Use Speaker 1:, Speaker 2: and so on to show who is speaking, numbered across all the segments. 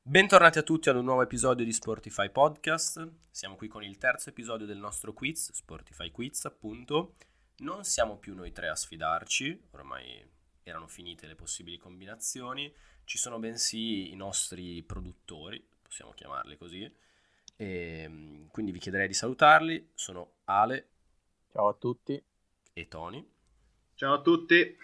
Speaker 1: Bentornati a tutti ad un nuovo episodio di Sportify Podcast. Siamo qui con il terzo episodio del nostro quiz, Sportify Quiz, appunto. Non siamo più noi tre a sfidarci, ormai erano finite le possibili combinazioni. Ci sono bensì i nostri produttori, possiamo chiamarli così. E, mm, quindi vi chiederei di salutarli. Sono Ale
Speaker 2: Ciao a tutti.
Speaker 1: e Tony.
Speaker 3: Ciao a tutti.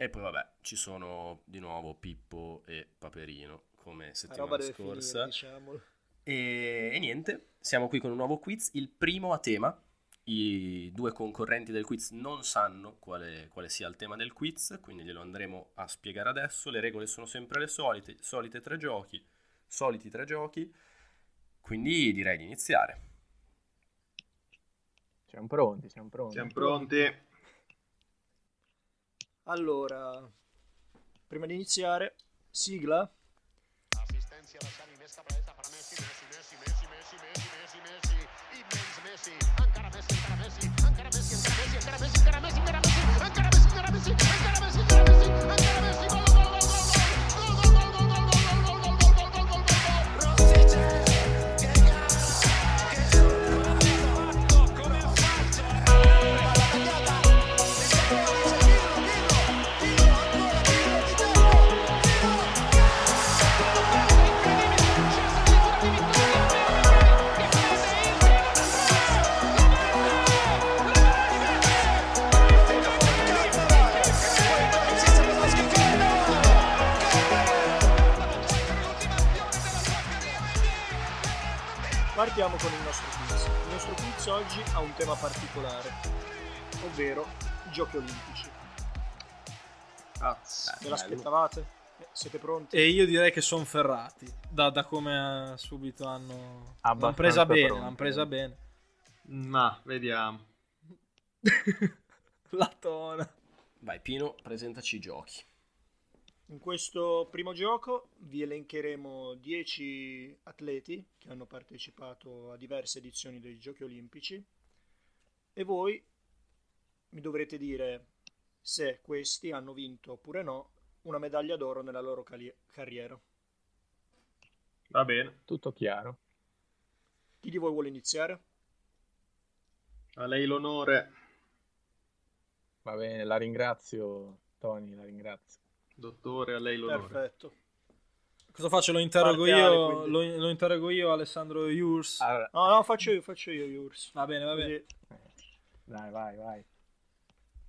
Speaker 1: E poi vabbè, ci sono di nuovo Pippo e Paperino, come
Speaker 4: La
Speaker 1: settimana
Speaker 4: roba deve
Speaker 1: scorsa.
Speaker 4: finire, diciamolo.
Speaker 1: E, e niente, siamo qui con un nuovo quiz, il primo a tema. I due concorrenti del quiz non sanno quale, quale sia il tema del quiz, quindi glielo andremo a spiegare adesso. Le regole sono sempre le solite, solite tre giochi, soliti tre giochi, quindi direi di iniziare.
Speaker 2: Siamo pronti, siamo pronti.
Speaker 3: Siamo pronti.
Speaker 4: Allora, prima di iniziare, sigla.
Speaker 5: Asistencia a la Xavi Messi, aparece para Messi, Messi, Messi, Messi, Messi, Messi, Messi, Messi, immens Messi, encara Messi, encara Messi, encara Messi, encara Messi, encara Messi, encara Messi, encara Messi, encara Messi, encara Messi, encara Messi, encara Messi, encara Messi, gol, gol, gol, gol, gol, gol, gol, gol, gol, gol, gol, gol, gol, gol, gol, gol, gol.
Speaker 4: Partiamo con il nostro quiz. Il nostro quiz oggi ha un tema particolare, ovvero i giochi olimpici.
Speaker 6: Ah,
Speaker 4: Ve l'aspettavate? Eh, Siete pronti?
Speaker 6: E io direi che sono ferrati, da, da come eh, subito hanno... L'hanno
Speaker 2: Abbastanza
Speaker 6: presa bene,
Speaker 2: pronti.
Speaker 6: l'hanno presa bene.
Speaker 3: Ma vediamo.
Speaker 6: La tona.
Speaker 1: Vai Pino, presentaci i giochi.
Speaker 4: In questo primo gioco vi elencheremo 10 atleti che hanno partecipato a diverse edizioni dei Giochi Olimpici e voi mi dovrete dire se questi hanno vinto oppure no una medaglia d'oro nella loro cali- carriera.
Speaker 3: Va bene.
Speaker 2: Tutto chiaro.
Speaker 4: Chi di voi vuole iniziare?
Speaker 3: A lei l'onore,
Speaker 2: Va bene, la ringrazio Tony, la ringrazio.
Speaker 3: dottore, a lei l'onore.
Speaker 4: Perfetto.
Speaker 6: Cosa faccio? Lo interrogo,
Speaker 4: Parte Ale,
Speaker 6: io,
Speaker 4: quindi. Ah.
Speaker 6: lo, lo interrogo io, Alessandro Iurs.
Speaker 2: Allora,
Speaker 4: No, no, faccio io, faccio io, Iurs.
Speaker 6: Va bene, va bene.
Speaker 2: Eh, dai, vai, vai.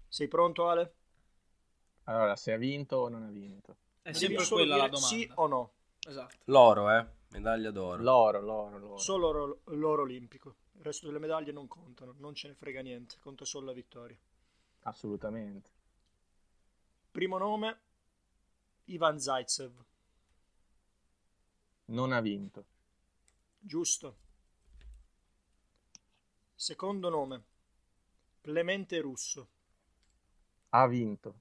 Speaker 4: Sei pronto, Ale?
Speaker 2: Allora, se ha vinto o non ha vinto?
Speaker 6: È
Speaker 4: Devi
Speaker 6: sempre
Speaker 4: solo
Speaker 6: quella la
Speaker 4: dire
Speaker 6: domanda.
Speaker 4: Sì o no?
Speaker 6: Esatto.
Speaker 1: L'oro, eh? Medaglia d'oro.
Speaker 2: L'oro, l'oro, l'oro.
Speaker 4: Solo l'oro- l'oro olimpico. Il resto delle medaglie non contano, non ce ne frega niente, conta solo la vittoria.
Speaker 2: Assolutamente.
Speaker 4: Primo nome, Ivan Zaitsev,
Speaker 2: Non ha vinto.
Speaker 4: giusto. Secondo nome, Clemente Russo,
Speaker 2: Ha vinto.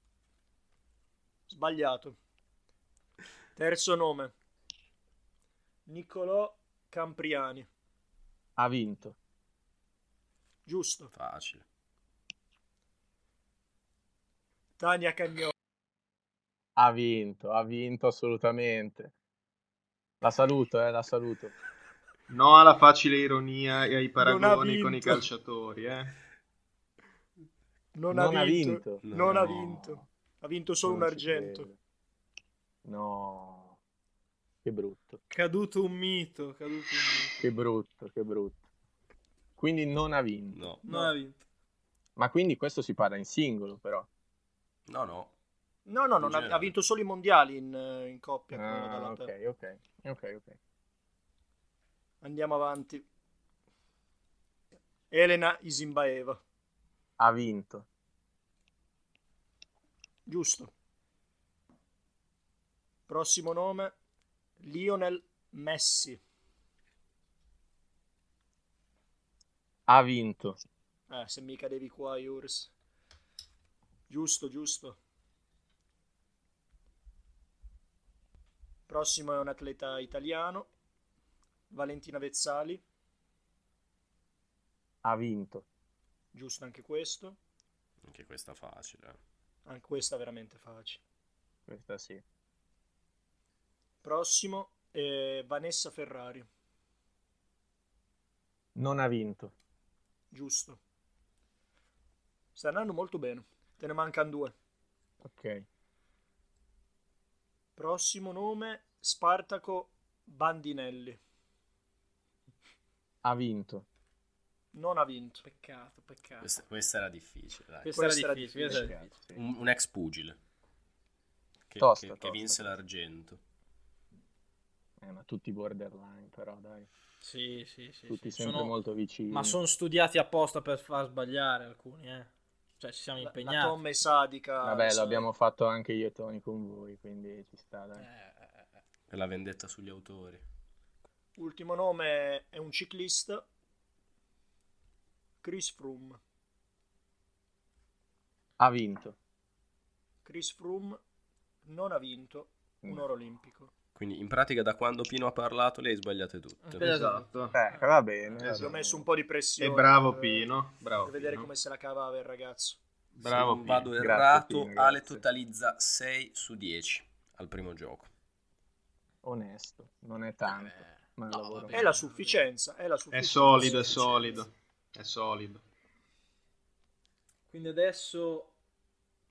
Speaker 4: sbagliato. Terzo nome, Niccolò Campriani,
Speaker 2: Ha vinto.
Speaker 4: giusto.
Speaker 1: Facile.
Speaker 4: Tania Cagnò,
Speaker 2: Ha vinto, ha vinto assolutamente. La saluto, eh, la saluto.
Speaker 3: No alla facile ironia e ai
Speaker 4: Non ha
Speaker 3: paragoni
Speaker 4: vinto.
Speaker 3: con i calciatori, eh.
Speaker 4: non,
Speaker 2: Non
Speaker 4: ha
Speaker 2: ha
Speaker 4: vinto.
Speaker 2: vinto.
Speaker 4: Non ha
Speaker 1: No.
Speaker 4: vinto. Ha vinto solo
Speaker 2: Non
Speaker 4: un
Speaker 2: ci
Speaker 4: argento.
Speaker 2: credo. No. Che brutto.
Speaker 6: Caduto un mito, caduto un mito.
Speaker 2: Che brutto, che brutto. Quindi non ha vinto.
Speaker 1: No.
Speaker 6: Non
Speaker 4: No.
Speaker 6: ha vinto.
Speaker 2: Ma quindi questo si parla in singolo, però.
Speaker 1: No, no.
Speaker 4: No, no,
Speaker 1: In
Speaker 4: non ha,
Speaker 1: generale.
Speaker 4: ha vinto solo i mondiali in, eh, in coppia. con la
Speaker 2: Ah,
Speaker 4: Galata.
Speaker 2: ok, ok, ok, ok.
Speaker 4: Andiamo avanti. Elena Isimbaeva,
Speaker 2: Ha vinto.
Speaker 4: giusto. Prossimo nome, Lionel Messi.
Speaker 2: Ha vinto.
Speaker 4: Eh, se mi cadevi qua, Iurs. Giusto, giusto. Prossimo è un atleta italiano, Valentina Vezzali,
Speaker 2: Ha vinto.
Speaker 4: giusto anche questo.
Speaker 1: Anche questa facile. eh.
Speaker 4: Anche questa è veramente facile.
Speaker 2: Questa sì.
Speaker 4: Prossimo, eh, Vanessa Ferrari,
Speaker 2: Non ha vinto.
Speaker 4: giusto. Sta andando molto bene. Te ne mancano due.
Speaker 2: Ok.
Speaker 4: Prossimo nome, Spartaco Bandinelli.
Speaker 2: Ha vinto.
Speaker 4: Non ha vinto.
Speaker 6: Peccato, peccato.
Speaker 1: Questa, questa era difficile. dai.
Speaker 6: Questa era
Speaker 4: questa era
Speaker 6: difficile, questa era difficile.
Speaker 1: Un, un ex pugile che,
Speaker 2: Tosta,
Speaker 1: che- che
Speaker 2: tosta,
Speaker 1: vinse
Speaker 2: tosta.
Speaker 1: l'argento.
Speaker 2: Eh, ma tutti borderline, però dai.
Speaker 6: Sì, sì, sì.
Speaker 2: Tutti
Speaker 6: sì.
Speaker 2: sempre
Speaker 6: Sono-
Speaker 2: molto vicini.
Speaker 6: Ma sono studiati apposta per far sbagliare alcuni, eh. Cioè, ci siamo
Speaker 4: La,
Speaker 6: impegnati.
Speaker 4: la Tom è sadica.
Speaker 2: Vabbè,
Speaker 4: adesso-
Speaker 2: l'abbiamo fatto anche io e Tony con voi, quindi ci sta, dai.
Speaker 6: Eh,
Speaker 1: Per la vendetta sugli autori.
Speaker 4: Ultimo nome è un ciclista. Chris Froome.
Speaker 2: Ha vinto.
Speaker 4: Chris Froome non ha vinto un
Speaker 2: No.
Speaker 4: oro olimpico.
Speaker 1: Quindi in pratica da quando Pino ha parlato le hai sbagliate tutte.
Speaker 6: Eh,
Speaker 3: Esatto.
Speaker 2: Eh, va bene. va
Speaker 4: Gli Cioè, ho
Speaker 2: bene.
Speaker 4: messo un po' di
Speaker 3: E
Speaker 4: pressione.
Speaker 3: bravo
Speaker 4: per-
Speaker 3: Pino, bravo
Speaker 4: Per eh, vedere
Speaker 3: Pino.
Speaker 4: come se la cavava il ragazzo.
Speaker 3: Bravo
Speaker 1: Se non vado
Speaker 2: Pino.
Speaker 1: errato,
Speaker 2: Grazie, Pino,
Speaker 1: Ale
Speaker 2: grazie.
Speaker 1: totalizza 6 su 10 al primo gioco.
Speaker 2: Onesto, non è tanto. Ma è un
Speaker 6: No,
Speaker 2: lavoro.
Speaker 6: vabbè.
Speaker 4: È la sufficienza. È la
Speaker 3: È
Speaker 4: sufficienza.
Speaker 3: solido, è solido, è solido.
Speaker 6: Quindi adesso,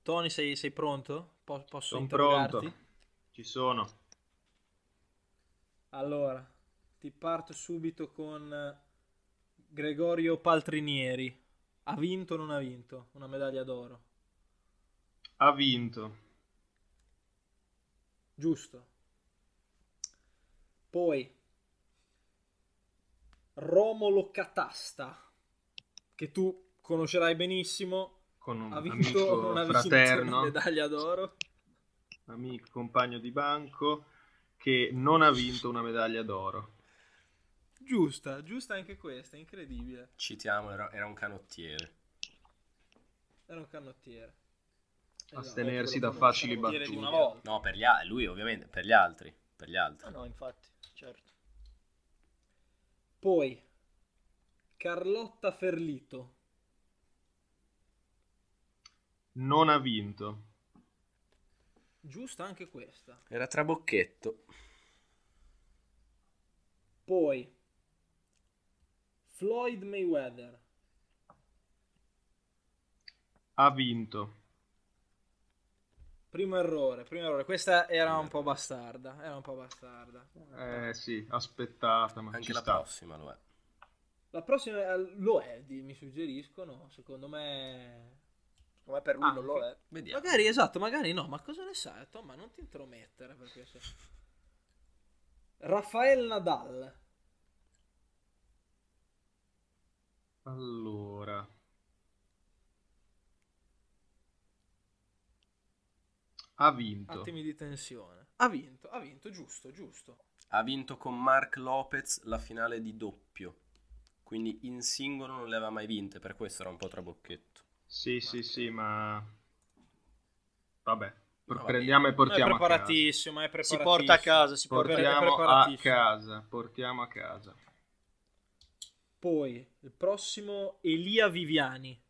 Speaker 6: Tony, sei, sei pronto? Po- posso
Speaker 3: Sono
Speaker 6: interrogarti?
Speaker 3: pronto. Ci sono.
Speaker 6: Allora, ti parto subito con eh, Gregorio Paltrinieri. Ha vinto o non ha vinto? Una medaglia d'oro.
Speaker 3: Ha vinto.
Speaker 6: Giusto. Poi Romolo Catasta, che tu conoscerai benissimo,
Speaker 3: Con un
Speaker 6: ha vinto o non ha
Speaker 3: amico
Speaker 6: vinto
Speaker 3: fraterno,
Speaker 6: una medaglia d'oro.
Speaker 3: amico, compagno di banco, che non ha vinto una medaglia d'oro.
Speaker 6: Giusta, giusta anche questa, incredibile.
Speaker 1: Citiamo, era, era un canottiere.
Speaker 6: Era un Esatto. cannottiere.
Speaker 3: Astenersi
Speaker 6: quello
Speaker 3: da
Speaker 6: famoso,
Speaker 3: facili
Speaker 6: cannottiere di
Speaker 3: battute.
Speaker 6: una volta.
Speaker 1: No, per gli a- lui ovviamente, per gli altri. Per gli altri.
Speaker 4: Ah, no, infatti, certo.
Speaker 6: Poi Carlotta Ferlito.
Speaker 3: Non ha vinto.
Speaker 6: Giusta anche questa.
Speaker 1: Era trabocchetto.
Speaker 6: Poi Floyd Mayweather.
Speaker 3: Ha vinto.
Speaker 6: Primo errore, primo errore. Questa era un po' bastarda. Era un po' bastarda.
Speaker 3: Eh sì, aspettata, ma
Speaker 1: Anche
Speaker 3: ci
Speaker 1: la
Speaker 3: sta.
Speaker 1: prossima lo è.
Speaker 6: La prossima eh, lo è, di- mi suggeriscono. Secondo me.
Speaker 4: Come per lui
Speaker 6: Ah,
Speaker 4: non lo è.
Speaker 1: Vediamo.
Speaker 6: Magari esatto, magari no. Ma cosa ne sai, Tom? Ma non ti intromettere perché se... Rafael Nadal.
Speaker 3: Allora. Ha vinto.
Speaker 6: Attimi di tensione. Ha vinto, ha vinto, giusto, giusto.
Speaker 1: Ha vinto con Mark Lopez la finale di doppio. Quindi in singolo non le aveva mai vinte, per questo era un po' trabocchetto.
Speaker 3: Sì, sì, sì, ma... Vabbè,
Speaker 1: vabbè.
Speaker 3: prendiamo e portiamo
Speaker 6: è
Speaker 3: a casa.
Speaker 6: preparatissimo, è
Speaker 4: Si
Speaker 6: preparatissimo.
Speaker 4: porta a casa, si porta a
Speaker 3: Portiamo a
Speaker 6: preparatissimo.
Speaker 3: casa, portiamo a casa.
Speaker 6: Poi il prossimo Elia Viviani.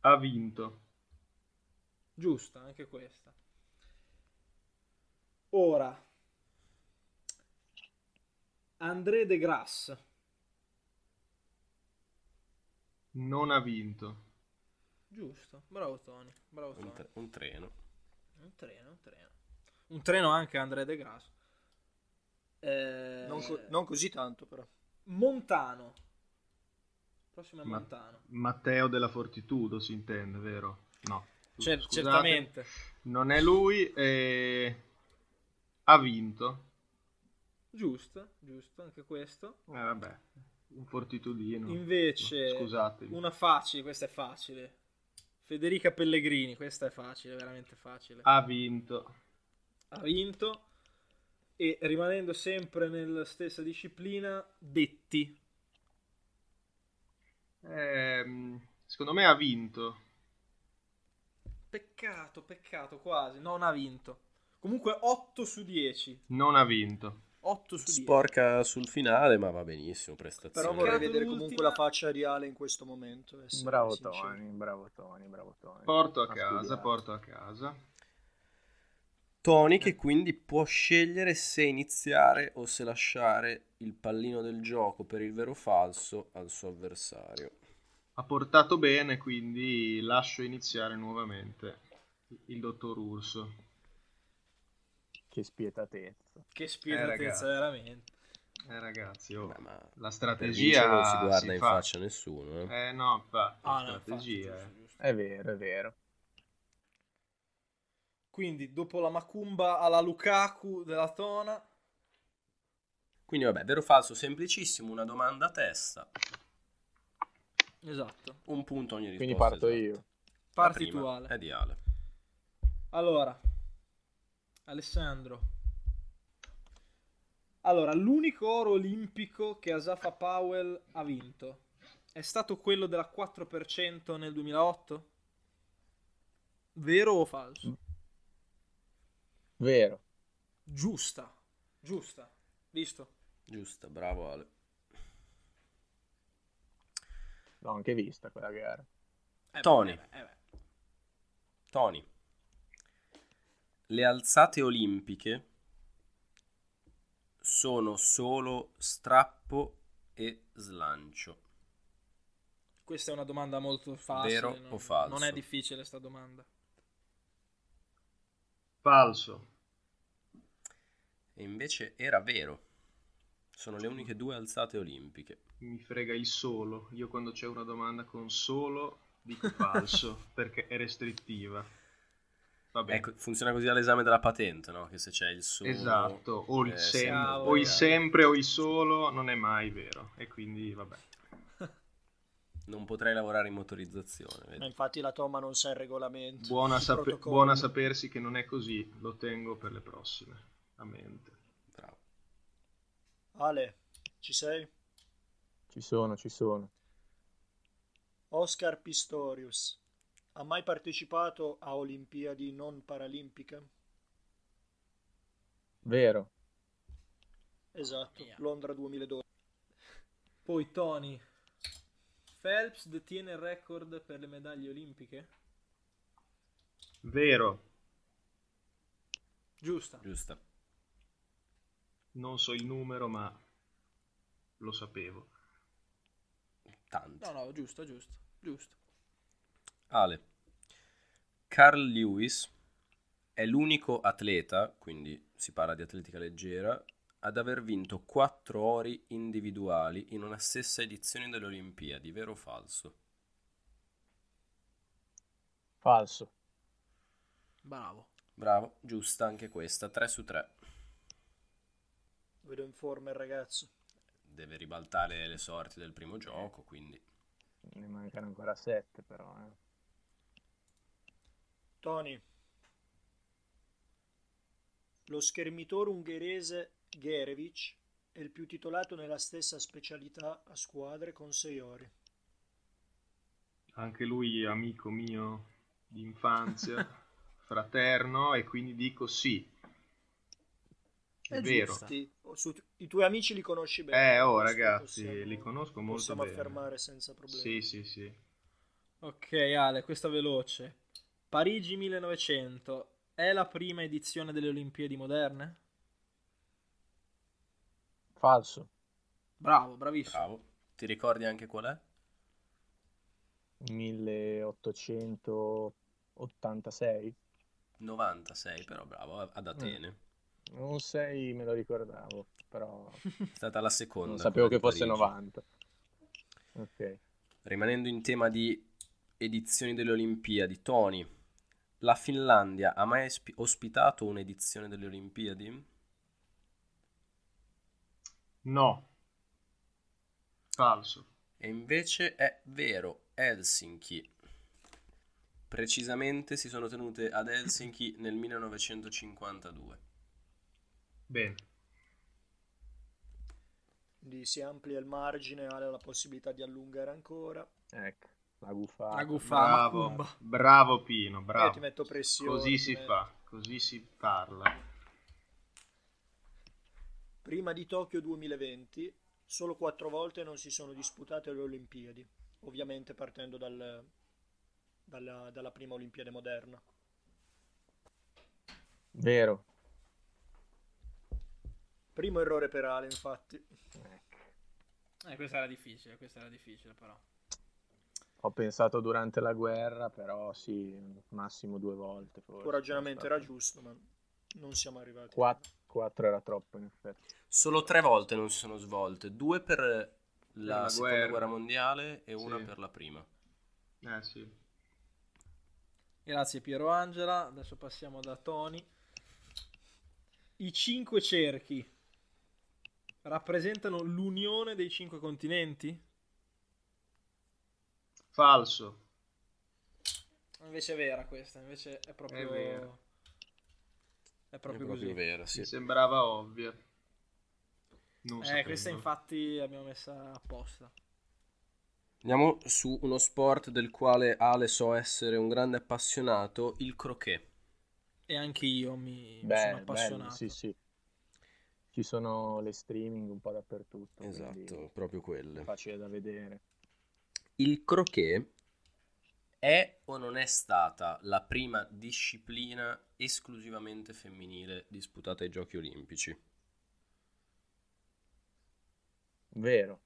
Speaker 3: Ha vinto.
Speaker 6: Giusta, anche questa. Ora André De Grasse.
Speaker 3: Non ha vinto.
Speaker 6: Giusto, bravo Tony, bravo
Speaker 1: Un,
Speaker 6: Tony.
Speaker 1: tre- un treno.
Speaker 6: Un treno, un treno. Un treno anche André De Grasse. Eh,
Speaker 4: Non, co- non così tanto, però.
Speaker 6: Montano. Prossimo è
Speaker 3: Ma-
Speaker 6: Montano.
Speaker 3: Matteo della Fortitudo si intende, vero? No.
Speaker 4: Cioè,
Speaker 6: Cer-
Speaker 3: Scusate,
Speaker 6: certamente.
Speaker 3: Non è lui e... Ha vinto.
Speaker 6: Giusto, giusto, anche questo.
Speaker 3: Eh, vabbè, un fortitudino.
Speaker 6: Invece,
Speaker 3: Scusatemi.
Speaker 6: una facile, questa è facile. Federica Pellegrini, questa è facile, veramente facile.
Speaker 3: Ha vinto.
Speaker 6: Ha vinto. E rimanendo sempre nella stessa disciplina, Detti.
Speaker 3: Ehm, secondo me ha vinto.
Speaker 6: Peccato, peccato, quasi. Non ha vinto. Comunque 8 su 10.
Speaker 3: Non ha vinto.
Speaker 6: 8 su 10.
Speaker 1: Sporca sul finale, ma va benissimo. Prestazione.
Speaker 4: Però vorrei
Speaker 6: Peccato
Speaker 4: vedere
Speaker 6: l'ultima-
Speaker 4: comunque la faccia di Ale in questo momento.
Speaker 6: eh,
Speaker 4: essere
Speaker 2: Bravo
Speaker 4: sincero.
Speaker 2: Tony, bravo Tony, bravo Tony.
Speaker 3: Porto a
Speaker 2: Ha
Speaker 3: casa,
Speaker 2: studiato.
Speaker 3: porto a casa.
Speaker 1: Tony che quindi può scegliere se iniziare o se lasciare il pallino del gioco per il vero o falso al suo avversario.
Speaker 3: Ha portato bene, quindi lascio iniziare nuovamente il dottor Urso.
Speaker 2: Che spietatezza.
Speaker 6: Che spietatezza,
Speaker 3: Eh,
Speaker 6: veramente.
Speaker 3: Eh ragazzi, oh,
Speaker 1: Beh, ma
Speaker 3: la
Speaker 1: per
Speaker 3: strategia
Speaker 1: vincere non si guarda in
Speaker 3: fa.
Speaker 1: faccia a nessuno. eh.
Speaker 3: Eh no, infatti,
Speaker 6: Ah,
Speaker 3: la
Speaker 6: no, infatti,
Speaker 3: strategia.
Speaker 6: giusto,
Speaker 3: eh.
Speaker 6: giusto.
Speaker 2: È vero, è vero.
Speaker 6: Quindi, dopo la macumba alla Lukaku della Tona,
Speaker 1: Quindi vabbè, vero o falso, semplicissimo, una domanda a testa,
Speaker 6: esatto,
Speaker 1: un punto ogni risposta.
Speaker 2: Quindi parto
Speaker 1: esatta.
Speaker 2: io.
Speaker 1: La
Speaker 6: parti
Speaker 1: prima
Speaker 6: tu Ale.
Speaker 1: È di Ale.
Speaker 6: Allora, Alessandro. Allora, l'unico oro olimpico che Asafa Powell ha vinto è stato quello della 4% nel 2008? Vero o falso?
Speaker 2: Vero.
Speaker 6: Giusta, giusta, visto?
Speaker 1: Giusto, bravo Ale.
Speaker 2: L'ho anche vista quella gara.
Speaker 6: Eh beh,
Speaker 1: Tony.
Speaker 6: eh beh, eh beh.
Speaker 1: Tony, le alzate olimpiche sono solo strappo e slancio.
Speaker 6: Questa è una domanda molto facile.
Speaker 1: Vero
Speaker 6: non-
Speaker 1: o falso?
Speaker 6: Non è difficile sta domanda.
Speaker 3: Falso.
Speaker 1: E invece era vero. Sono le uniche due alzate olimpiche.
Speaker 3: Mi frega il solo. Io quando c'è una domanda con solo dico falso perché è restrittiva. Vabbè.
Speaker 1: Ecco, funziona così all'esame della patente, no? Che se c'è il solo...
Speaker 3: Esatto, o il
Speaker 1: eh, si
Speaker 3: sempre,
Speaker 1: andrà a
Speaker 3: o il
Speaker 1: sbagliare.
Speaker 3: sempre o il solo non è mai vero e quindi vabbè.
Speaker 1: Non potrei lavorare in motorizzazione.
Speaker 4: Ma
Speaker 3: Eh.
Speaker 1: vedi?
Speaker 4: infatti la Toma non sa il regolamento.
Speaker 3: Buona,
Speaker 4: il
Speaker 3: sape-
Speaker 4: protocollo.
Speaker 3: buona sapersi che non è così, lo tengo per le prossime, a mente.
Speaker 1: Bravo.
Speaker 4: Ale, ci sei?
Speaker 2: Ci sono, ci sono.
Speaker 4: Oscar Pistorius. Ha mai partecipato a Olimpiadi non paralimpiche?
Speaker 2: Vero.
Speaker 4: Esatto,
Speaker 6: mia.
Speaker 4: Londra 2012.
Speaker 6: Poi Tony. Phelps detiene il record per le medaglie olimpiche?
Speaker 3: Vero,
Speaker 6: Giusta.
Speaker 1: Giusto.
Speaker 3: non so il numero ma lo sapevo.
Speaker 1: Tanto.
Speaker 6: No, no, giusto, giusto, giusto.
Speaker 1: Ale. Carl Lewis è l'unico atleta, quindi si parla di atletica leggera, ad aver vinto quattro ori individuali in una stessa edizione delle Olimpiadi, vero o falso?
Speaker 2: Falso.
Speaker 6: Bravo.
Speaker 1: Bravo, giusta anche questa, 3 su 3.
Speaker 4: Vedo in forma il ragazzo.
Speaker 1: Deve ribaltare le sorti del primo gioco, quindi
Speaker 2: Ne mancano ancora sette però. eh.
Speaker 4: Tony. Lo schermitore ungherese Gerevic è il più titolato nella stessa specialità a squadre con sei ori.
Speaker 3: Anche lui è amico mio di infanzia, fraterno e quindi dico sì. È, vero.
Speaker 4: Ti- o su- I tuoi amici li conosci bene.
Speaker 3: Ah. Eh, oh
Speaker 4: Questo
Speaker 3: ragazzi,
Speaker 4: possiamo-
Speaker 3: li conosco molto
Speaker 4: possiamo
Speaker 3: bene.
Speaker 4: affermare senza problemi.
Speaker 3: Sì, sì, sì.
Speaker 6: Ok, Ale, questa veloce. Parigi 1900 è la prima edizione delle Olimpiadi moderne?
Speaker 2: Falso.
Speaker 6: Bravo,
Speaker 4: Ah.
Speaker 6: bravissimo.
Speaker 1: bravo. Ti ricordi anche qual è?
Speaker 2: 1886.
Speaker 1: 96, però bravo, ad
Speaker 2: Mm.
Speaker 1: Atene.
Speaker 2: Non 6 me lo ricordavo, però
Speaker 1: È stata la seconda.
Speaker 2: non sapevo
Speaker 1: quella
Speaker 2: che
Speaker 1: di
Speaker 2: fosse
Speaker 1: Parigi.
Speaker 2: 90. Ok.
Speaker 1: Rimanendo in tema di edizioni delle Olimpiadi, Tony, la Finlandia ha mai espi- ospitato un'edizione delle Olimpiadi?
Speaker 3: No. Falso.
Speaker 1: E invece è vero, Helsinki. Precisamente si sono tenute ad Helsinki nel 1952.
Speaker 3: Bene.
Speaker 4: Quindi si amplia il margine, Ale ha la possibilità di allungare ancora.
Speaker 2: Ecco. La guffata.
Speaker 6: La guffata.
Speaker 3: Bravo, bravo Pino,
Speaker 4: Io Eh, ti
Speaker 3: bravo.
Speaker 4: metto pressione.
Speaker 3: Così
Speaker 4: ti
Speaker 3: si
Speaker 4: metto-
Speaker 3: fa, così si parla.
Speaker 4: Prima di Tokyo 2020, solo quattro volte non si sono disputate le Olimpiadi, ovviamente partendo dal- dalla, dalla prima Olimpiade moderna.
Speaker 2: Vero.
Speaker 4: Primo errore per Ale, infatti.
Speaker 6: Eh, questa era difficile, questa era difficile però.
Speaker 2: Ho pensato durante la guerra, però sì, massimo due volte.
Speaker 4: Il
Speaker 2: forse.
Speaker 4: tuo ragionamento
Speaker 2: Sono
Speaker 4: era
Speaker 2: stato-
Speaker 4: giusto, ma non siamo arrivati.
Speaker 2: Quatt- quattro era troppo, in effetti.
Speaker 1: Solo tre volte non si sono svolte, due per la,
Speaker 3: la
Speaker 1: seconda
Speaker 3: guerra.
Speaker 1: guerra mondiale e una
Speaker 3: Sì.
Speaker 1: per la prima.
Speaker 3: Eh sì.
Speaker 6: Grazie Piero Angela, adesso passiamo da Tony. I cinque cerchi rappresentano l'unione dei cinque continenti?
Speaker 3: Falso.
Speaker 6: Invece è vera questa, invece è proprio...
Speaker 3: È vero.
Speaker 6: è proprio
Speaker 1: è
Speaker 6: così. Eh,
Speaker 1: proprio vero, sì.
Speaker 3: Mi sembrava ovvia. Non
Speaker 6: Eh,
Speaker 3: sapevo.
Speaker 6: questa infatti l'abbiamo messa apposta.
Speaker 1: Andiamo su uno sport del quale Ale so essere un grande appassionato, il croquet.
Speaker 6: E anche io mi, mi sono
Speaker 2: Beh, bello,
Speaker 6: appassionato.
Speaker 2: sì, sì. Ci sono le streaming un po' dappertutto. quindi
Speaker 1: Esatto, proprio quelle.
Speaker 2: Facile da vedere.
Speaker 1: Il croquet è o non è stata la prima disciplina esclusivamente femminile disputata ai Giochi Olimpici?
Speaker 2: Vero.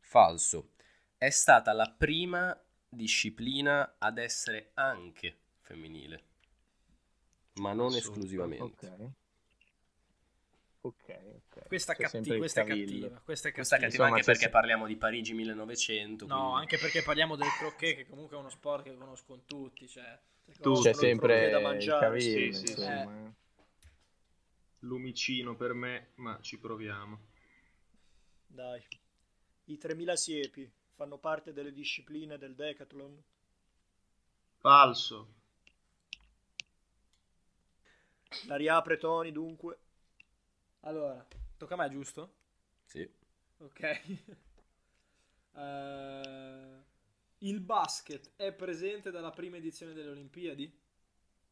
Speaker 1: Falso. È stata la prima disciplina ad essere anche femminile, ma non
Speaker 3: Assurdo,
Speaker 1: esclusivamente.
Speaker 2: Ok. Ok, ok.
Speaker 6: Questa,
Speaker 2: C'è sempre
Speaker 6: catti-
Speaker 2: il
Speaker 6: questa è
Speaker 2: cavillo.
Speaker 6: cattiva, questa
Speaker 1: Questa
Speaker 6: è
Speaker 1: è
Speaker 6: cattiva.
Speaker 1: cattiva
Speaker 2: Insomma,
Speaker 1: anche
Speaker 2: c'è
Speaker 1: perché
Speaker 2: se-
Speaker 1: parliamo di Parigi 1900.
Speaker 6: No,
Speaker 1: quindi-
Speaker 6: anche perché parliamo del croquet, che comunque è uno sport che conoscono tutti. Cioè,
Speaker 3: Tu.
Speaker 2: C'è
Speaker 4: Sono
Speaker 2: sempre
Speaker 4: proprio da
Speaker 2: il
Speaker 4: mangiare,
Speaker 2: cavillo,
Speaker 3: sì, sì, sì.
Speaker 2: insomma, eh.
Speaker 3: Lumicino per me, ma ci proviamo.
Speaker 4: Dai. I 3000 siepi fanno parte delle discipline del decathlon?
Speaker 3: Falso.
Speaker 4: La riapre Tony, dunque.
Speaker 6: Allora, tocca a me, giusto?
Speaker 1: Sì.
Speaker 6: Ok. Eh, il basket è presente dalla prima edizione delle Olimpiadi?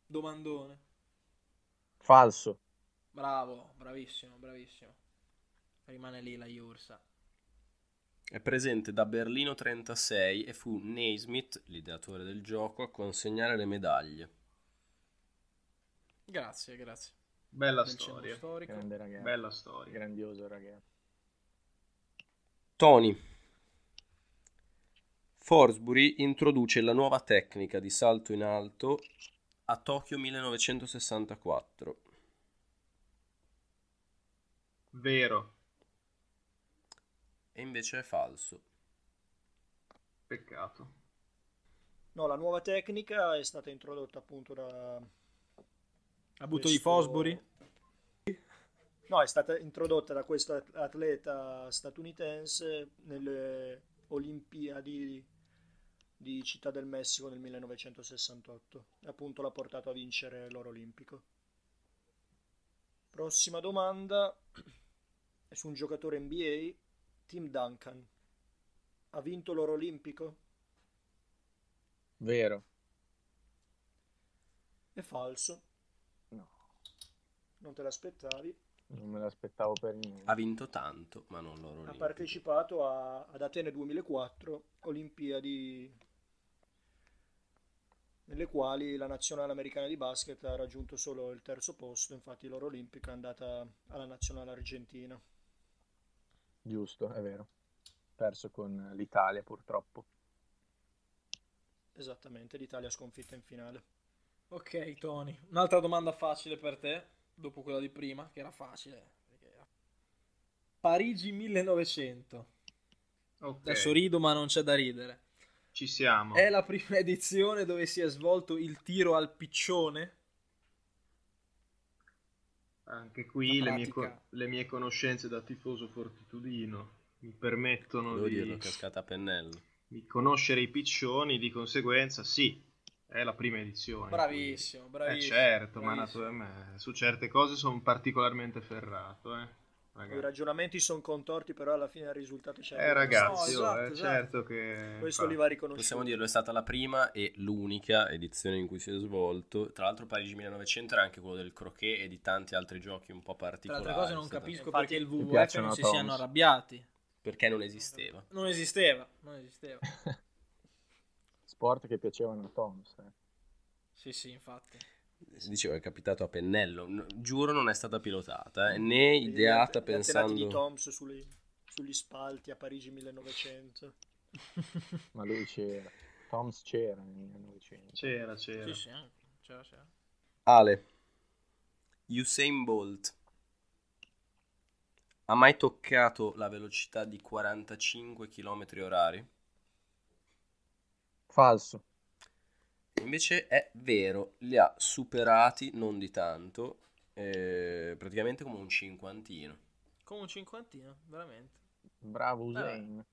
Speaker 6: Domandone.
Speaker 2: Falso.
Speaker 6: Bravo, bravissimo, bravissimo. Rimane lì la Iursa.
Speaker 1: È presente da Berlino 36 e fu Naismith, l'ideatore del gioco, a consegnare le medaglie.
Speaker 6: Grazie, grazie.
Speaker 3: Bella
Speaker 6: Del cenno
Speaker 3: storia.
Speaker 6: storico.
Speaker 2: Grande ragazzo.
Speaker 3: Bella storia.
Speaker 2: Grandioso ragazzo.
Speaker 1: Tony. Forsbury introduce la nuova tecnica di salto in alto a Tokyo 1964.
Speaker 3: Vero.
Speaker 1: E invece è falso.
Speaker 3: Peccato.
Speaker 4: No, la nuova tecnica è stata introdotta appunto da...
Speaker 6: Ha butto di
Speaker 4: questo-
Speaker 6: Fosbury?
Speaker 4: No, è stata introdotta da questo at- atleta statunitense nelle Olimpiadi di Città del Messico nel 1968. E appunto l'ha portato a vincere l'oro olimpico. Prossima domanda è su un giocatore NBA, Tim Duncan. Ha vinto l'oro olimpico?
Speaker 2: Vero.
Speaker 4: È falso,
Speaker 2: No,
Speaker 4: non te l'aspettavi.
Speaker 2: non me l'aspettavo per niente.
Speaker 1: Ha vinto tanto, ma non l'oro
Speaker 4: Ha
Speaker 1: olimpico.
Speaker 4: partecipato a- ad Atene 2004, Olimpiadi nelle quali la nazionale americana di basket ha raggiunto solo il terzo posto, infatti l'oro olimpico è andata alla nazionale argentina.
Speaker 2: Giusto, è vero. Perso con l'Italia purtroppo.
Speaker 4: Esattamente, l'Italia sconfitta in finale.
Speaker 6: Ok, Tony. Un'altra domanda facile per te, dopo quella di prima, che era facile. perché era- Parigi 1900.
Speaker 3: Ok.
Speaker 6: Adesso rido, ma non c'è da ridere.
Speaker 3: Ci siamo.
Speaker 6: È la prima edizione dove si è svolto il tiro al piccione?
Speaker 3: Anche qui le
Speaker 6: La
Speaker 3: mie, co-
Speaker 6: pratica.
Speaker 3: le mie conoscenze da tifoso fortitudino mi permettono
Speaker 1: Devo
Speaker 3: di
Speaker 1: dirlo, cascata a pennello.
Speaker 3: di conoscere i piccioni, di conseguenza sì, è la prima edizione.
Speaker 6: Bravissimo,
Speaker 3: Eh
Speaker 6: bravissimo.
Speaker 3: certo, ma
Speaker 6: bravissimo.
Speaker 3: naturalmente, su certe cose sono particolarmente ferrato, eh.
Speaker 4: I
Speaker 3: Ragazzi,
Speaker 4: ragionamenti sono contorti, però alla fine il risultato c'è.
Speaker 3: eh, ragazzi
Speaker 6: No,
Speaker 3: oh,
Speaker 6: esatto,
Speaker 3: eh,
Speaker 6: esatto.
Speaker 3: certo che...
Speaker 4: Questo
Speaker 3: fa-
Speaker 4: li va riconosciuto.
Speaker 1: Possiamo dirlo, è stata la prima e l'unica edizione in cui si è svolto. Tra l'altro Parigi 1900 era anche quello del croquet e di tanti altri giochi un po'
Speaker 6: Tra
Speaker 1: particolari.
Speaker 6: altre cose non
Speaker 1: è stata-
Speaker 6: capisco
Speaker 4: Infatti,
Speaker 6: perché il
Speaker 2: mi
Speaker 6: WWF
Speaker 2: piacciono
Speaker 6: non si
Speaker 2: Thomas.
Speaker 6: siano arrabbiati.
Speaker 1: Perché non esisteva.
Speaker 6: Non esisteva, non esisteva.
Speaker 2: Sport che piacevano a Thomas. eh.
Speaker 6: Sì, sì, infatti.
Speaker 1: Dicevo, è capitato a pennello. N- giuro non è stata pilotata, eh, né ideata
Speaker 4: Gli antenati
Speaker 1: pensando...
Speaker 4: di Toms sulle- sugli spalti a Parigi 1900.
Speaker 2: Ma lui c'era. Toms c'era nel 1900.
Speaker 3: C'era, c'era.
Speaker 6: Sì, sì, c'era, c'era.
Speaker 1: Ale, Usain Bolt ha mai toccato la velocità di 45 km orari?
Speaker 2: Falso.
Speaker 1: Invece è vero, li ha superati non di tanto, eh, praticamente come un cinquantino.
Speaker 6: Come un cinquantino, veramente.
Speaker 2: Bravo Usain.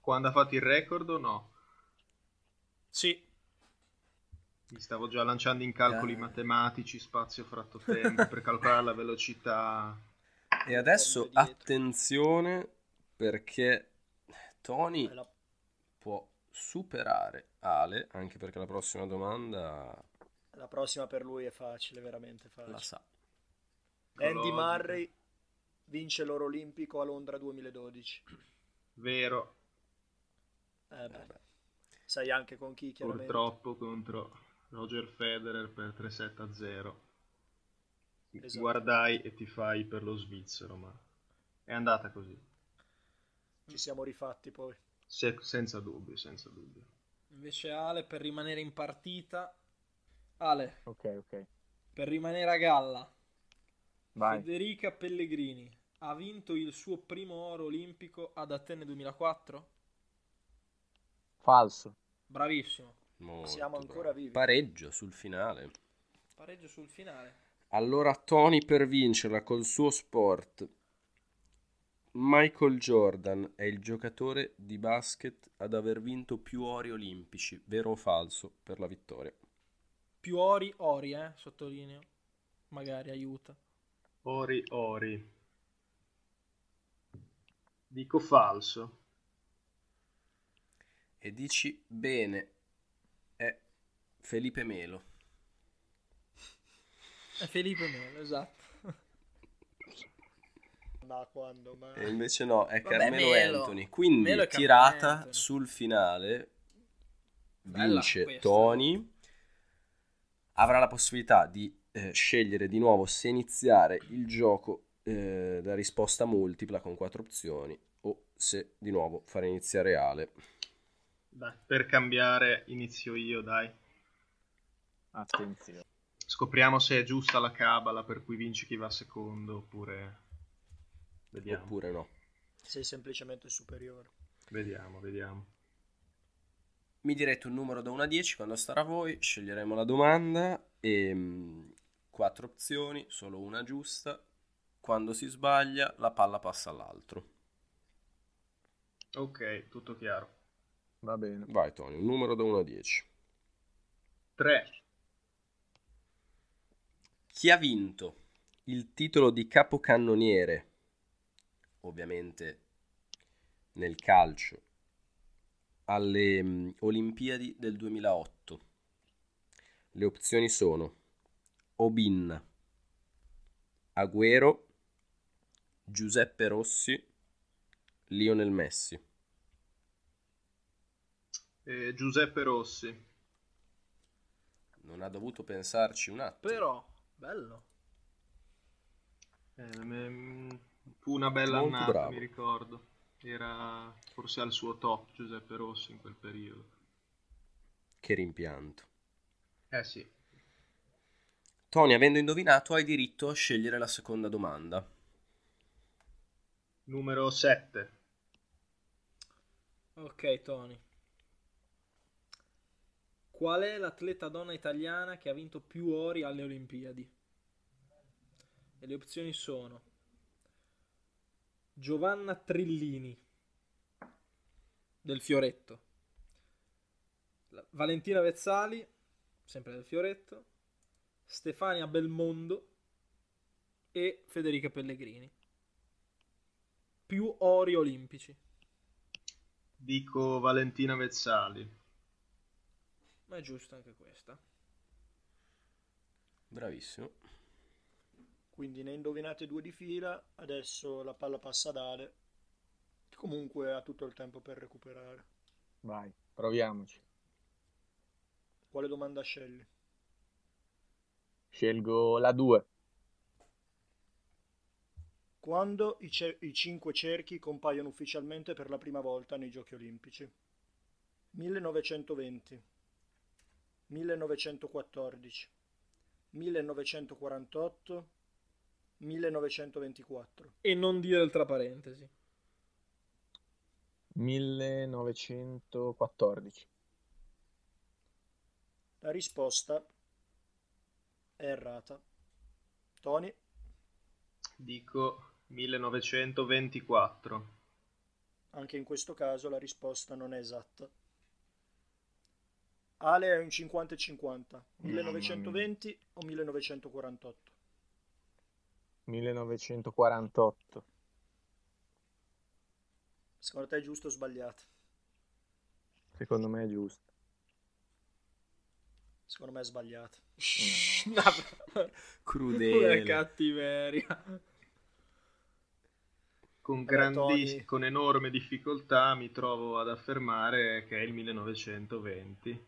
Speaker 3: Quando ha fatto il record o no?
Speaker 6: Sì,
Speaker 3: Mi stavo già lanciando in calcoli
Speaker 1: Eh.
Speaker 3: matematici, spazio fratto tempo, per calcolare la velocità.
Speaker 1: E adesso
Speaker 4: Torna dietro.
Speaker 1: attenzione perché eh, Tony
Speaker 4: È la-
Speaker 1: può superare Ale, anche perché la prossima domanda
Speaker 4: La prossima per lui è facile, veramente
Speaker 1: la
Speaker 4: facile.
Speaker 1: sa.
Speaker 4: Andy
Speaker 3: Ecologica.
Speaker 4: Murray vince l'oro olimpico a Londra 2012.
Speaker 3: Vero,
Speaker 4: Eh beh,
Speaker 1: Vabbè.
Speaker 4: sai anche con chi, chiaramente.
Speaker 3: purtroppo contro Roger Federer per 3-7 a 0. Ti
Speaker 4: Esatto.
Speaker 3: Guardai e ti fai per lo svizzero, ma è andata così.
Speaker 4: Ci siamo rifatti poi.
Speaker 3: Se- senza dubbio, senza dubbio.
Speaker 6: invece Ale per rimanere in partita. Ale,
Speaker 2: Ok, ok.
Speaker 6: per rimanere a galla.
Speaker 2: Vai.
Speaker 6: Federica Pellegrini ha vinto il suo primo oro olimpico ad Atene 2004?
Speaker 2: Falso.
Speaker 6: Bravissimo.
Speaker 1: Molto
Speaker 4: Siamo ancora vivi.
Speaker 1: Pareggio sul finale.
Speaker 6: Pareggio sul finale.
Speaker 1: Allora Tony per vincerla col suo sport. Michael Jordan è il giocatore di basket ad aver vinto più ori olimpici, vero o falso, per la vittoria.
Speaker 6: Più ori, ori, eh, sottolineo. Magari aiuta.
Speaker 3: Ori, ori. Dico falso.
Speaker 1: E dici bene, è Felipe Melo.
Speaker 6: È Felipe Melo, esatto.
Speaker 4: Ma quando? Ma...
Speaker 1: E invece no, è
Speaker 6: Vabbè,
Speaker 1: Carmelo
Speaker 6: Melo.
Speaker 1: Anthony. Quindi
Speaker 6: Melo è Carmelo
Speaker 1: tirata
Speaker 6: Anthony.
Speaker 1: sul finale
Speaker 6: Bella
Speaker 1: vince
Speaker 6: questa.
Speaker 1: Tony. Avrà la possibilità di eh, scegliere di nuovo se iniziare il gioco eh, da risposta multipla con quattro opzioni o se di nuovo fare iniziare Ale.
Speaker 3: Dai, per cambiare inizio io, dai.
Speaker 2: Attenzione.
Speaker 3: Scopriamo se è giusta la cabala per cui vince chi va secondo oppure... Vediamo,
Speaker 1: Oppure no.
Speaker 4: Sei semplicemente superiore.
Speaker 3: vediamo, vediamo.
Speaker 1: Mi direte un numero da 1 a 10 quando starà a voi, sceglieremo la domanda e mh, quattro opzioni, solo una giusta. Quando si sbaglia la palla passa all'altro.
Speaker 3: Ok, tutto chiaro.
Speaker 2: Va bene.
Speaker 1: Vai Tony, un numero da 1 a 10.
Speaker 3: 3.
Speaker 1: Chi ha vinto il titolo di capocannoniere, ovviamente nel calcio, alle mm, Olimpiadi del 2008? Le opzioni sono Obin, Agüero, Giuseppe Rossi, Lionel Messi.
Speaker 3: Eh, Giuseppe Rossi.
Speaker 1: Non ha dovuto pensarci un attimo.
Speaker 6: Però, bello.
Speaker 3: Eh, mm, fu una bella
Speaker 1: Molto
Speaker 3: annata,
Speaker 1: bravo.
Speaker 3: mi ricordo. Era forse al suo top Giuseppe Rossi in quel periodo.
Speaker 1: Che rimpianto.
Speaker 3: Eh sì.
Speaker 1: Tony, avendo indovinato, hai diritto a scegliere la seconda domanda.
Speaker 3: Numero 7.
Speaker 6: Ok, Tony. Qual è l'atleta donna italiana che ha vinto più ori alle Olimpiadi? E le opzioni sono Giovanna Trillini del Fioretto, la- Valentina Vezzali, sempre del Fioretto, Stefania Belmondo e Federica Pellegrini. Più ori olimpici.
Speaker 3: Dico Valentina Vezzali.
Speaker 6: Ma è giusto anche questa.
Speaker 1: Bravissimo.
Speaker 4: Quindi ne indovinate due di fila, adesso la palla passa ad Ale, che comunque ha tutto il tempo per recuperare.
Speaker 2: Vai. Proviamoci.
Speaker 4: Quale domanda scegli?
Speaker 2: Scelgo la 2.
Speaker 4: Quando i, ce- i cinque cerchi compaiono ufficialmente per la prima volta nei Giochi Olimpici? 1920, 1914, 1948, 1924.
Speaker 6: E non dire tra parentesi.
Speaker 2: 1914.
Speaker 4: La risposta è errata. Tony,
Speaker 3: Dico 1924.
Speaker 4: anche in questo caso la risposta non è esatta. Ale è un 50 e 50, 1920 o 1948.
Speaker 2: 1948.
Speaker 4: Secondo te è giusto o sbagliato?
Speaker 2: Secondo me è giusto.
Speaker 4: Secondo me è sbagliato.
Speaker 6: Una
Speaker 1: Crudele.
Speaker 6: cattiveria.
Speaker 3: Con,
Speaker 4: Vabbè,
Speaker 3: grandis-
Speaker 4: Tony.
Speaker 3: con enorme difficoltà mi trovo ad affermare che è il 1920.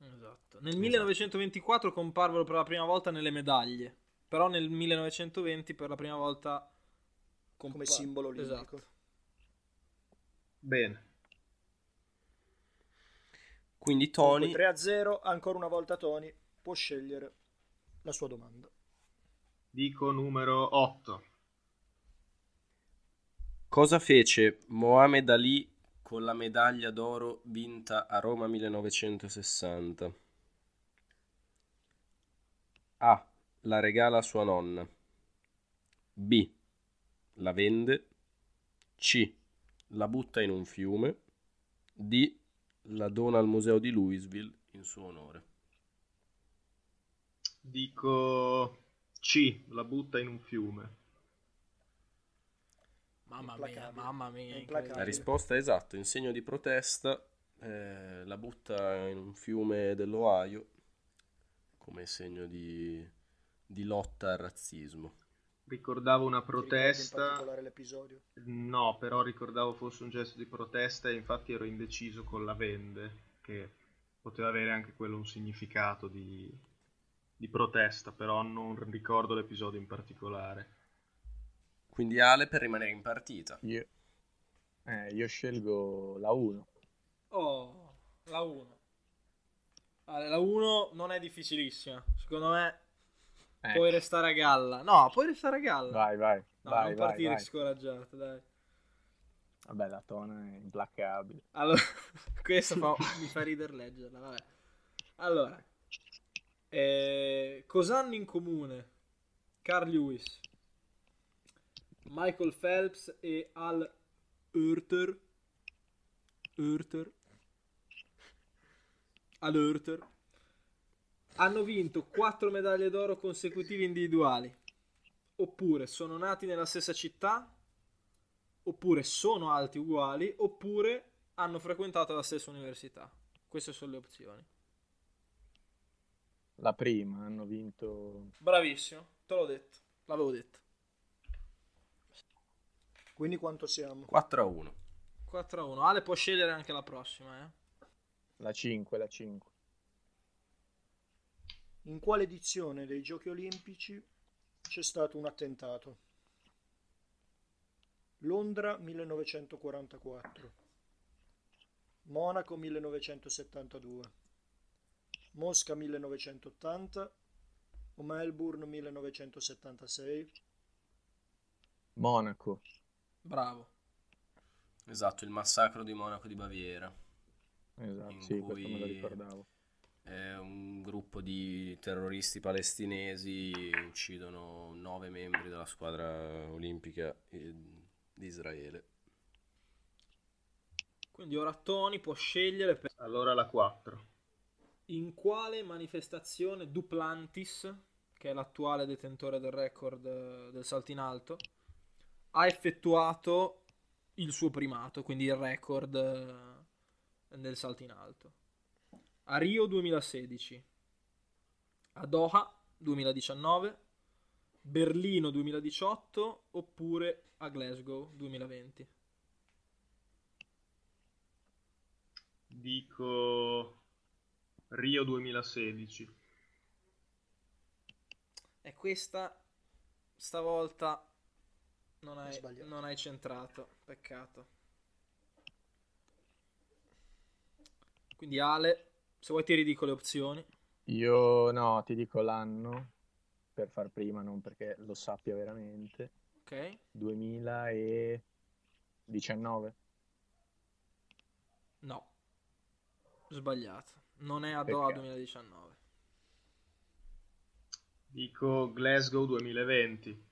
Speaker 6: Esatto. Nel 1924 comparvero per la prima volta nelle medaglie, però nel 1920 per la prima volta compa-
Speaker 4: Come simbolo olimpico.
Speaker 6: Esatto.
Speaker 3: Bene.
Speaker 1: Quindi
Speaker 4: Tony
Speaker 1: Tony
Speaker 4: 3 a 0, ancora una volta Tony può scegliere la sua domanda.
Speaker 3: Dico numero 8.
Speaker 1: Cosa fece Mohamed Ali con la medaglia d'oro vinta a Roma 1960? A. La regala a sua nonna. B. La vende. C. La butta in un fiume. D. La dona al museo di Louisville in suo onore.
Speaker 3: Dico C, la butta in un fiume.
Speaker 6: Mamma mia,
Speaker 4: Implacabile.
Speaker 6: mamma mia.
Speaker 4: Implacabile.
Speaker 1: La risposta è esatta, in segno di protesta, eh, la butta in un fiume dell'Ohio come segno di, di lotta al razzismo.
Speaker 3: Ricordavo una
Speaker 4: Ti ricordi In
Speaker 3: protesta.
Speaker 4: particolare l'episodio.
Speaker 3: No, però ricordavo fosse un gesto di protesta e infatti ero indeciso con la vende, che poteva avere anche quello un significato di, di protesta, però non ricordo l'episodio in particolare.
Speaker 1: Quindi Ale per rimanere in partita.
Speaker 2: Io, eh, io scelgo la 1.
Speaker 6: Oh, la 1. Allora, la 1 non è difficilissima. Secondo me puoi restare a galla. No, puoi restare a galla.
Speaker 2: Eh. Vai, vai,
Speaker 6: No,
Speaker 2: vai,
Speaker 6: non
Speaker 2: vai,
Speaker 6: partire
Speaker 2: vai.
Speaker 6: scoraggiato, dai.
Speaker 2: Vabbè, la tona è implacabile.
Speaker 6: Allora, questo fa- mi fa ridere leggerla, vabbè. Allora, eh, cosa hanno in comune Carl Lewis, Michael Phelps e Al Urter? Urter? Al Urter? Hanno vinto 4 medaglie d'oro consecutive individuali. Oppure sono nati nella stessa città? Oppure sono alti uguali? Oppure hanno frequentato la stessa università? Queste sono le opzioni.
Speaker 2: La prima hanno vinto.
Speaker 6: Bravissimo, te l'ho detto, l'avevo detto.
Speaker 4: Quindi quanto siamo?
Speaker 1: 4 a 1.
Speaker 6: 4 a 1. Ale può scegliere anche la prossima, eh.
Speaker 2: La 5, la 5.
Speaker 4: In quale edizione dei Giochi Olimpici c'è stato un attentato? Londra 1944, Monaco 1972, Mosca 1980 o Melbourne 1976?
Speaker 2: Monaco.
Speaker 6: Bravo.
Speaker 1: Esatto, il massacro di Monaco di Baviera.
Speaker 2: Esatto,
Speaker 1: In
Speaker 2: sì, questo me lo
Speaker 1: cui-
Speaker 2: ricordavo.
Speaker 1: Eh, un gruppo di terroristi palestinesi uccidono 9 membri della squadra olimpica eh, di Israele.
Speaker 6: Quindi ora Tony può scegliere per-
Speaker 3: Allora la 4.
Speaker 6: in quale manifestazione Duplantis, che è l'attuale detentore del record eh, del salto in alto, ha effettuato il suo primato, quindi il record eh, nel salto in alto. A Rio 2016, a Doha 2019, Berlino 2018 oppure a Glasgow 2020.
Speaker 3: Dico Rio 2016.
Speaker 6: E questa stavolta non hai,
Speaker 4: sbagliato.
Speaker 6: non hai centrato. Peccato. Quindi Ale, se vuoi ti ridico le opzioni.
Speaker 2: Io no, ti dico l'anno per far prima, non perché lo sappia veramente.
Speaker 6: Ok?
Speaker 2: 2019.
Speaker 6: No. Sbagliato. Non è a Doha
Speaker 2: Peccato.
Speaker 6: 2019.
Speaker 3: Dico Glasgow 2020.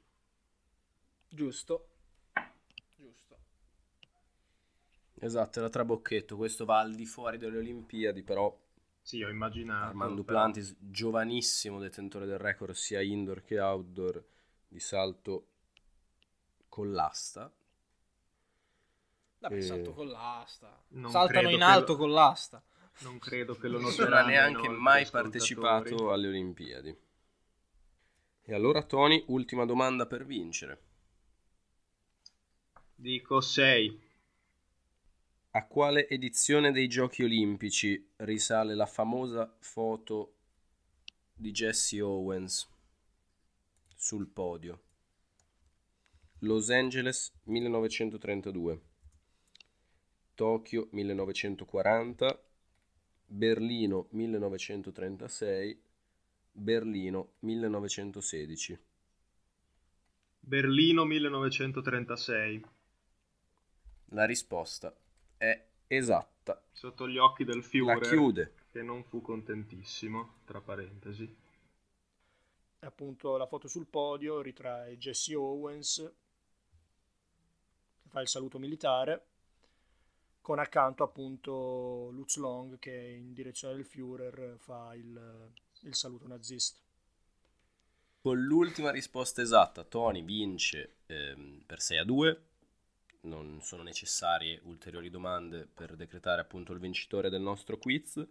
Speaker 6: Giusto. Giusto.
Speaker 1: Esatto, era trabocchetto. Questo va al di fuori delle Olimpiadi, però
Speaker 3: Sì, ho immaginato.
Speaker 1: Armando
Speaker 3: però-
Speaker 1: Plantis, giovanissimo detentore del record sia indoor che outdoor di salto con l'asta.
Speaker 6: Vabbè,
Speaker 1: Eh.
Speaker 6: salto con l'asta.
Speaker 3: Non
Speaker 6: Saltano
Speaker 3: credo
Speaker 6: in
Speaker 3: che
Speaker 6: alto
Speaker 3: lo-
Speaker 6: con l'asta.
Speaker 3: Non credo che lo
Speaker 1: Non ha
Speaker 3: noteranno.
Speaker 1: neanche
Speaker 3: inoltre,
Speaker 1: mai
Speaker 3: ascoltatori.
Speaker 1: partecipato alle Olimpiadi. E allora, Tony, ultima domanda per vincere.
Speaker 3: Dico 6.
Speaker 1: A quale edizione dei Giochi Olimpici risale la famosa foto di Jesse Owens sul podio? Los Angeles 1932, Tokyo 1940, Berlino 1936, Berlino 1916.
Speaker 3: Berlino 1936.
Speaker 1: La risposta è esatta.
Speaker 3: Sotto gli occhi del
Speaker 1: La
Speaker 3: Führer,
Speaker 1: chiude.
Speaker 3: che non fu contentissimo, tra parentesi.
Speaker 4: appunto la foto sul podio ritrae Jesse Owens che fa il saluto militare con accanto appunto Lutz Long che in direzione del Führer fa il, il saluto nazista
Speaker 1: Con l'ultima risposta esatta, Tony vince ehm, per 6 a 2. Non sono necessarie ulteriori domande per decretare appunto il vincitore del nostro quiz,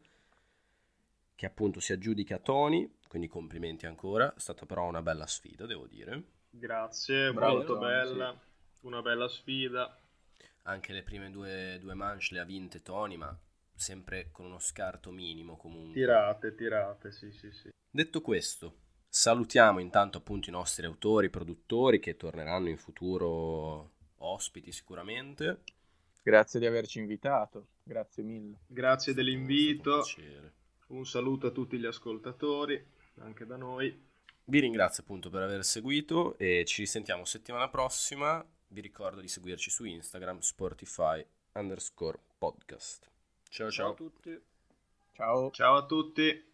Speaker 1: che appunto si aggiudica Tony. Quindi complimenti ancora. È stata però una bella sfida, devo dire.
Speaker 3: Grazie,
Speaker 2: Bravo,
Speaker 3: molto
Speaker 2: Tony,
Speaker 3: bella. Una bella sfida.
Speaker 1: Anche le prime due, due manche le ha vinte Tony, ma sempre con uno scarto minimo comunque.
Speaker 3: Tirate, tirate, sì, sì, sì.
Speaker 1: Detto questo, salutiamo intanto appunto i nostri autori, produttori che torneranno in futuro ospiti sicuramente.
Speaker 2: Grazie di averci invitato, grazie mille.
Speaker 3: Grazie dell'invito.
Speaker 1: È stato un piacere.
Speaker 3: Un saluto a tutti gli ascoltatori, anche da noi.
Speaker 1: Vi ringrazio appunto per aver seguito e ci risentiamo settimana prossima. Vi ricordo di seguirci su Instagram Sportify underscore podcast. Ciao ciao.
Speaker 4: a tutti
Speaker 2: Ciao.
Speaker 3: Ciao a tutti.